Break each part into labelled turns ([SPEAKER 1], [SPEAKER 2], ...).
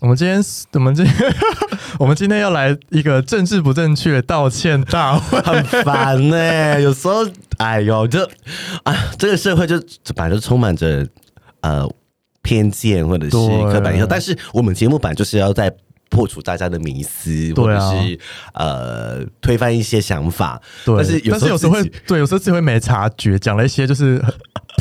[SPEAKER 1] 我们今天，我们今天， 我们今天要来一个政治不正确道歉大会。
[SPEAKER 2] 很烦呢、 有时候，哎呦，就啊，这个社会就本来就充满着呃偏见或者是
[SPEAKER 1] 对
[SPEAKER 2] 刻板印象，但是我们节目版就是要在。破除大家的迷思，或
[SPEAKER 1] 对
[SPEAKER 2] 者
[SPEAKER 1] 啊
[SPEAKER 2] 是呃推翻一些想法，
[SPEAKER 1] 对，
[SPEAKER 2] 但是有时候
[SPEAKER 1] 有时候
[SPEAKER 2] 自
[SPEAKER 1] 会
[SPEAKER 2] 己，
[SPEAKER 1] 对，有时候自己会没察觉，讲了一些就是 很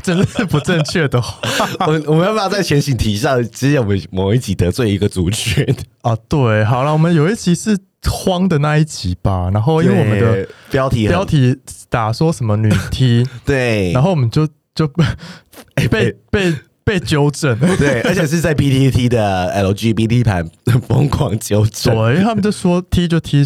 [SPEAKER 1] 政治不正确的话。
[SPEAKER 2] 我们我们要不要在前行提上，之前我们某一集得罪一个族群？
[SPEAKER 1] 啊，对，好了，我们有一期是慌的那一集吧，然 后因为我们的
[SPEAKER 2] 对标题很
[SPEAKER 1] 标题打说什么女 T，
[SPEAKER 2] 对，
[SPEAKER 1] 然后我们就就 哎被被被纠正，对，
[SPEAKER 2] 哎对，而且是在 PTT 的 LGBT 盘疯狂纠
[SPEAKER 1] 因
[SPEAKER 2] 正。
[SPEAKER 1] 为他们就说 T 就 T，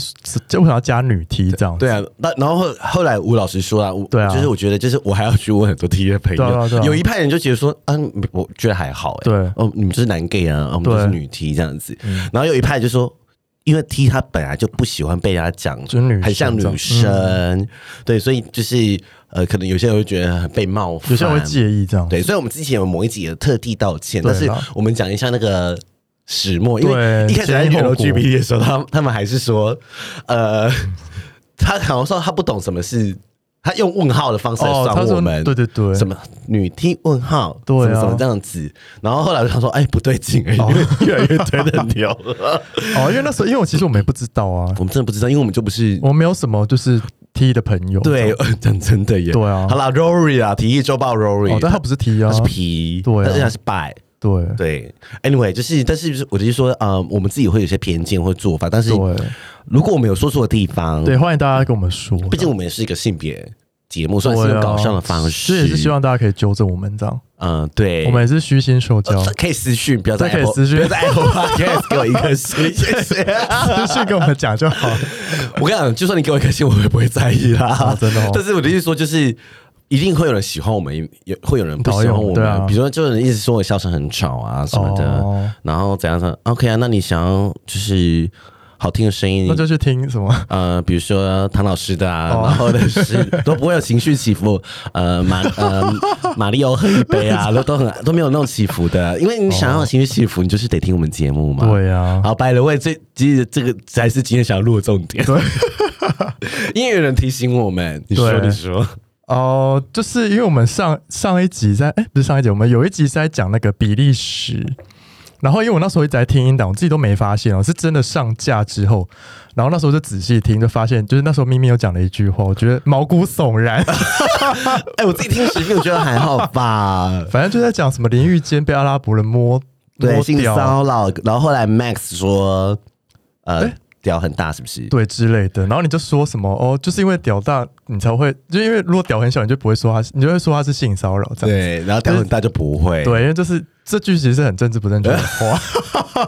[SPEAKER 1] 就为什么要加女 T 这样子？
[SPEAKER 2] 对啊，那然后后后来吴老师说啊，我
[SPEAKER 1] 对啊
[SPEAKER 2] 就是我觉得就是我还要去问很多 T 的朋友，
[SPEAKER 1] 对啊对啊
[SPEAKER 2] 有一派人就觉得说，嗯、我觉得还好、欸，
[SPEAKER 1] 对
[SPEAKER 2] 哦，你们就是男 gay 啊，哦我们就是
[SPEAKER 1] 对嗯
[SPEAKER 2] 女 T 这样子，然后有一派就说。因为 T 他本来就不喜欢被人家讲，
[SPEAKER 1] 就是女生
[SPEAKER 2] 很像
[SPEAKER 1] 这样嗯
[SPEAKER 2] 女生，对，所以就是呃，可能有些人会觉得很被冒犯，啊
[SPEAKER 1] 有些人会介意这样。
[SPEAKER 2] 对，所以我们之前有某一集有特地道歉，
[SPEAKER 1] 对
[SPEAKER 2] 但是
[SPEAKER 1] 啦
[SPEAKER 2] 我们讲一下那个始末，因为
[SPEAKER 1] 对
[SPEAKER 2] 一开始在
[SPEAKER 1] 前因后
[SPEAKER 2] LGBT 的时候，他他们还是说，呃，他好像说他不懂什么是，他用问号的方式来
[SPEAKER 1] 哦，他
[SPEAKER 2] 算我
[SPEAKER 1] 说
[SPEAKER 2] 们，
[SPEAKER 1] 对对对，
[SPEAKER 2] 什么女 T 问号，
[SPEAKER 1] 对啊
[SPEAKER 2] 什么什么这样子，然后后来我就想说，哎，不对劲，哎因为越来越推的流了，
[SPEAKER 1] 哦，因为那时候因为我其实我们也不知道啊，
[SPEAKER 2] 我们真的不知道，因为我们就不是。
[SPEAKER 1] 我没有什么就是 T 的朋友。
[SPEAKER 2] 对，讲真的耶。
[SPEAKER 1] 对啊
[SPEAKER 2] 好啦，Rory 啊，提议周报
[SPEAKER 1] 这
[SPEAKER 2] Rory，、
[SPEAKER 1] 样，哦，但他不是 T 啊
[SPEAKER 2] 他是，P，
[SPEAKER 1] 对啊
[SPEAKER 2] 但是他是 bi，
[SPEAKER 1] 对
[SPEAKER 2] 对，anyway，就是，但是我就是说，呃，我们自己会有些偏见或做法，但是
[SPEAKER 1] 对
[SPEAKER 2] 如果我们有说错的地方，
[SPEAKER 1] 对，，欢迎大家跟我们说，
[SPEAKER 2] 毕竟我们也是一个性别节目，
[SPEAKER 1] 对
[SPEAKER 2] 算是
[SPEAKER 1] 啊
[SPEAKER 2] 用搞笑的方式，
[SPEAKER 1] 这也是希，望大家可以纠正我们这样，
[SPEAKER 2] 嗯、对，
[SPEAKER 1] 我们也是虚心受教
[SPEAKER 2] 呃。可以私讯，不要再
[SPEAKER 1] 对可以私讯
[SPEAKER 2] 不要再 Apple Podcast 给我一颗星，谢谢。
[SPEAKER 1] 私信跟我们讲就好。
[SPEAKER 2] 我跟你讲，就算你给我一颗星，我也不会在意啦，
[SPEAKER 1] 哦真的哦
[SPEAKER 2] 但是我的意思说，就是一定会有人喜欢我们，也会有人不喜欢我
[SPEAKER 1] 讨厌我们对
[SPEAKER 2] 们。
[SPEAKER 1] 啊
[SPEAKER 2] 比如说，就有人一直说我笑声很吵啊什么的，
[SPEAKER 1] 哦
[SPEAKER 2] 然后怎样怎样。OK 啊，那你想要就是好听的声音
[SPEAKER 1] 那，就去听什么？
[SPEAKER 2] 呃，比如说唐老师的啊，
[SPEAKER 1] 哦
[SPEAKER 2] 然后或者是都不会有情绪起伏， 呃，马呃 马里奥喝一杯 啊，都都很都没有那种起伏的，因为你想要有情绪起伏，你就是得听我们节目嘛。
[SPEAKER 1] 对啊呀，
[SPEAKER 2] 好，拜了喂，这其实这个才是今天想要录的重点。
[SPEAKER 1] 对，
[SPEAKER 2] 因为有人提醒我们，你说
[SPEAKER 1] 对
[SPEAKER 2] 你说，
[SPEAKER 1] 哦，就是因为我们上上一集在，哎，不是上一集，我们有一集是在讲那个比利时。然后因为我那时候一直在听音档，我自己都没发现哦，是真的上架之后，然后那时候就仔细听，就发现就是那时候咪咪有讲了一句话，我觉得毛骨悚然。
[SPEAKER 2] 哎、我自己听十遍，我觉得还好
[SPEAKER 1] 。
[SPEAKER 2] 吧
[SPEAKER 1] 反正就在讲什么淋浴间被阿拉伯人摸
[SPEAKER 2] 对，
[SPEAKER 1] 摸
[SPEAKER 2] 性
[SPEAKER 1] 掉，
[SPEAKER 2] 骚扰，然后后来 Max 说，呃，
[SPEAKER 1] 哎
[SPEAKER 2] 屌很大是不是？
[SPEAKER 1] 对之类的。然后你就说什么哦，就是因为屌大，你才会，就因为如果屌很小，你就不会说他是，你就会说他是性骚扰这样。
[SPEAKER 2] 对，然后屌很大就不会。
[SPEAKER 1] 对，因为就是这句其实是很政治不正确的话。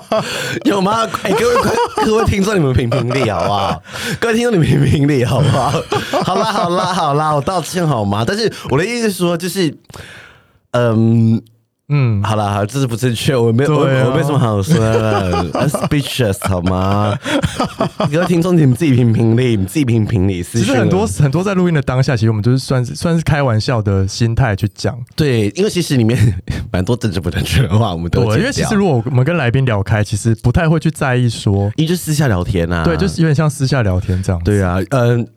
[SPEAKER 2] 有吗？哎、各位观各位听众，你们评评理好 不好？各位听众，你们评评理好不好？好啦，好啦，好啦，我道歉好吗？但是我的意思是说，就是，嗯，
[SPEAKER 1] 嗯，
[SPEAKER 2] 好啦，好啦这是不正确，我没有、我
[SPEAKER 1] 对啊
[SPEAKER 2] 我没什么好说的 I'm，speechless 好吗？ 各位听众，你们自己评评理，你们自己评评理。其
[SPEAKER 1] 其实很多很多在录音的当下，其实我们就是算是算是开玩笑的心态去讲。
[SPEAKER 2] 对，因为其实里面 蛮多政治不正确的话，我们都
[SPEAKER 1] 对
[SPEAKER 2] 会，剪
[SPEAKER 1] 因为其
[SPEAKER 2] 掉
[SPEAKER 1] 实如果我们跟来宾聊开，其实不太会去在意说，
[SPEAKER 2] 因为就私下聊天啊，
[SPEAKER 1] 对，就是有点像私下聊天这样。，
[SPEAKER 2] 对啊，嗯，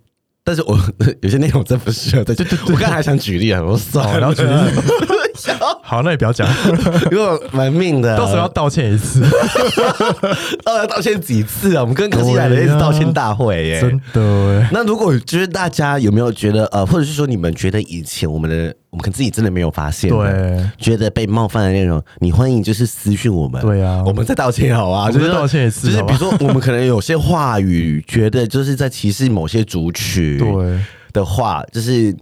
[SPEAKER 2] 但是我 有些内容真不适合。对对对，我刚才还想举例啊，我算
[SPEAKER 1] 好，
[SPEAKER 2] 了，
[SPEAKER 1] 哦然 后觉得 好，那也不要讲，
[SPEAKER 2] 因为我蛮命的，啊
[SPEAKER 1] 到时候要道歉一次，
[SPEAKER 2] 到时候呃要道歉几次啊？我们跟科技来的一直道歉大会耶、
[SPEAKER 1] 真的欸。
[SPEAKER 2] 那如果就是大家有没有觉得呃，或者是说你们觉得以前我们的我们可能自己真的没有发现，，
[SPEAKER 1] 对，
[SPEAKER 2] 觉得被冒犯的内容，你欢迎就是私讯我们，
[SPEAKER 1] 对啊
[SPEAKER 2] 我们再道歉好啊，
[SPEAKER 1] 我们
[SPEAKER 2] 就是
[SPEAKER 1] 再道歉一次
[SPEAKER 2] 就是
[SPEAKER 1] 好
[SPEAKER 2] 比
[SPEAKER 1] 吧
[SPEAKER 2] 如说我们可能有些话语觉得就是在歧视某些族群，
[SPEAKER 1] 对
[SPEAKER 2] 的话，就是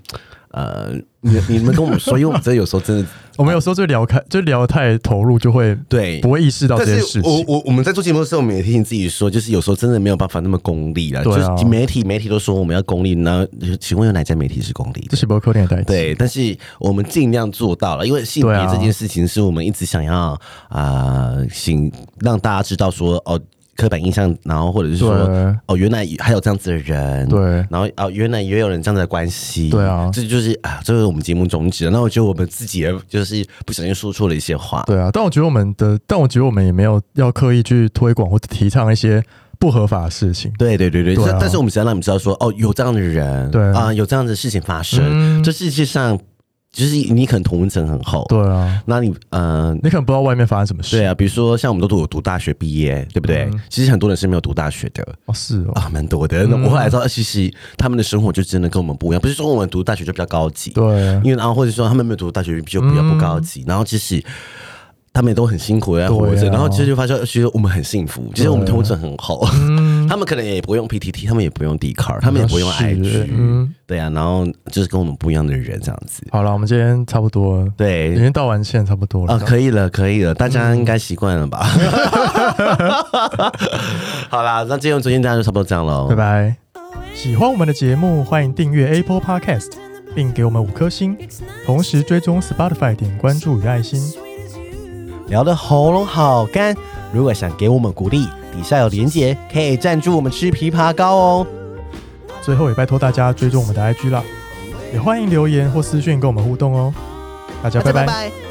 [SPEAKER 2] 呃，你你们跟我们说，因为我们真的有时候 真的
[SPEAKER 1] 我们有时候就聊开，就聊得太投入，就会
[SPEAKER 2] 对
[SPEAKER 1] 不会意识到这
[SPEAKER 2] 但
[SPEAKER 1] 件
[SPEAKER 2] 是
[SPEAKER 1] 事
[SPEAKER 2] 我
[SPEAKER 1] 情。
[SPEAKER 2] 我我们在做节目的时候，我们也提醒自己说，就是有时候真的没有办法那么功利了。
[SPEAKER 1] 对啊
[SPEAKER 2] 就是媒体媒体都说我们要功利，那请问有哪家媒体是功利
[SPEAKER 1] 这
[SPEAKER 2] 的？
[SPEAKER 1] 是不扣点代替，
[SPEAKER 2] 对，但是我们尽量做到了，因为性别
[SPEAKER 1] 对啊
[SPEAKER 2] 这件事情是我们一直想要啊、呃，行让大家知道说哦。刻板印象，然后或者是说
[SPEAKER 1] 对，
[SPEAKER 2] 哦，原来还有这样子的人，
[SPEAKER 1] 对啊
[SPEAKER 2] 然后哦，原来也有人这样子的关系，
[SPEAKER 1] 对啊
[SPEAKER 2] 这就是啊，这就是我们节目宗旨了。那我觉得我们自己也就是不小心说错了一些话，
[SPEAKER 1] 对啊，但我觉得我们的，但我觉得我们也没有要刻意去推广或者提倡一些不合法的事情。
[SPEAKER 2] 对对对对，
[SPEAKER 1] 对啊
[SPEAKER 2] 但但是我们只要让你们知道说，哦，有这样的人，
[SPEAKER 1] 对
[SPEAKER 2] 啊、有这样的事情发生，
[SPEAKER 1] 嗯
[SPEAKER 2] 这世界上就是你可能同温层很厚，
[SPEAKER 1] 对啊，
[SPEAKER 2] 那你嗯。
[SPEAKER 1] 你可能不知道外面发生什么事。
[SPEAKER 2] 对啊，比如说像我们都读有读大学毕业，对不对？
[SPEAKER 1] 嗯
[SPEAKER 2] 其实很多人是没有读大学的
[SPEAKER 1] 哦，是哦，
[SPEAKER 2] 啊，蛮多的。那我后来知道，其实他们的生活就真的跟我们不一样，不是说我们读大学就比较高级，
[SPEAKER 1] 对，啊嗯
[SPEAKER 2] 因为然啊后或者说他们没有读大学就比较不高级，然后其实他们也都很辛苦地在活着，
[SPEAKER 1] 对啊
[SPEAKER 2] 然后其实就发现其实我们很幸福，其实我们通知很好，
[SPEAKER 1] 嗯
[SPEAKER 2] 他们可能也不用 PTT，他们也不用 d c a r 他们也不用
[SPEAKER 1] 是
[SPEAKER 2] IG，、
[SPEAKER 1] 嗯
[SPEAKER 2] 对啊，然后就是跟我们不一样的人这样子，
[SPEAKER 1] 好了，我们今天差不多了，已
[SPEAKER 2] 对。
[SPEAKER 1] 经到完线差不多了。
[SPEAKER 2] 啊，可以了，可以了，大家
[SPEAKER 1] 嗯
[SPEAKER 2] 应该习惯了 吧？好啦，那今天昨天大家就差不多这样喽，
[SPEAKER 1] 拜拜。喜欢我们的节目，欢迎订阅 Apple Podcast，并给我们五颗星，同时追踪 Spotify 点关注与爱心。
[SPEAKER 2] 聊的喉咙好干。如果想给我们鼓励，底下有连结，可以赞助我们吃枇杷膏哦。
[SPEAKER 1] 最后也拜托大家追踪我们的 IG 啦，也欢迎留言或私讯跟我们互动哦。大家
[SPEAKER 2] 大家
[SPEAKER 1] 拜拜
[SPEAKER 2] 拜拜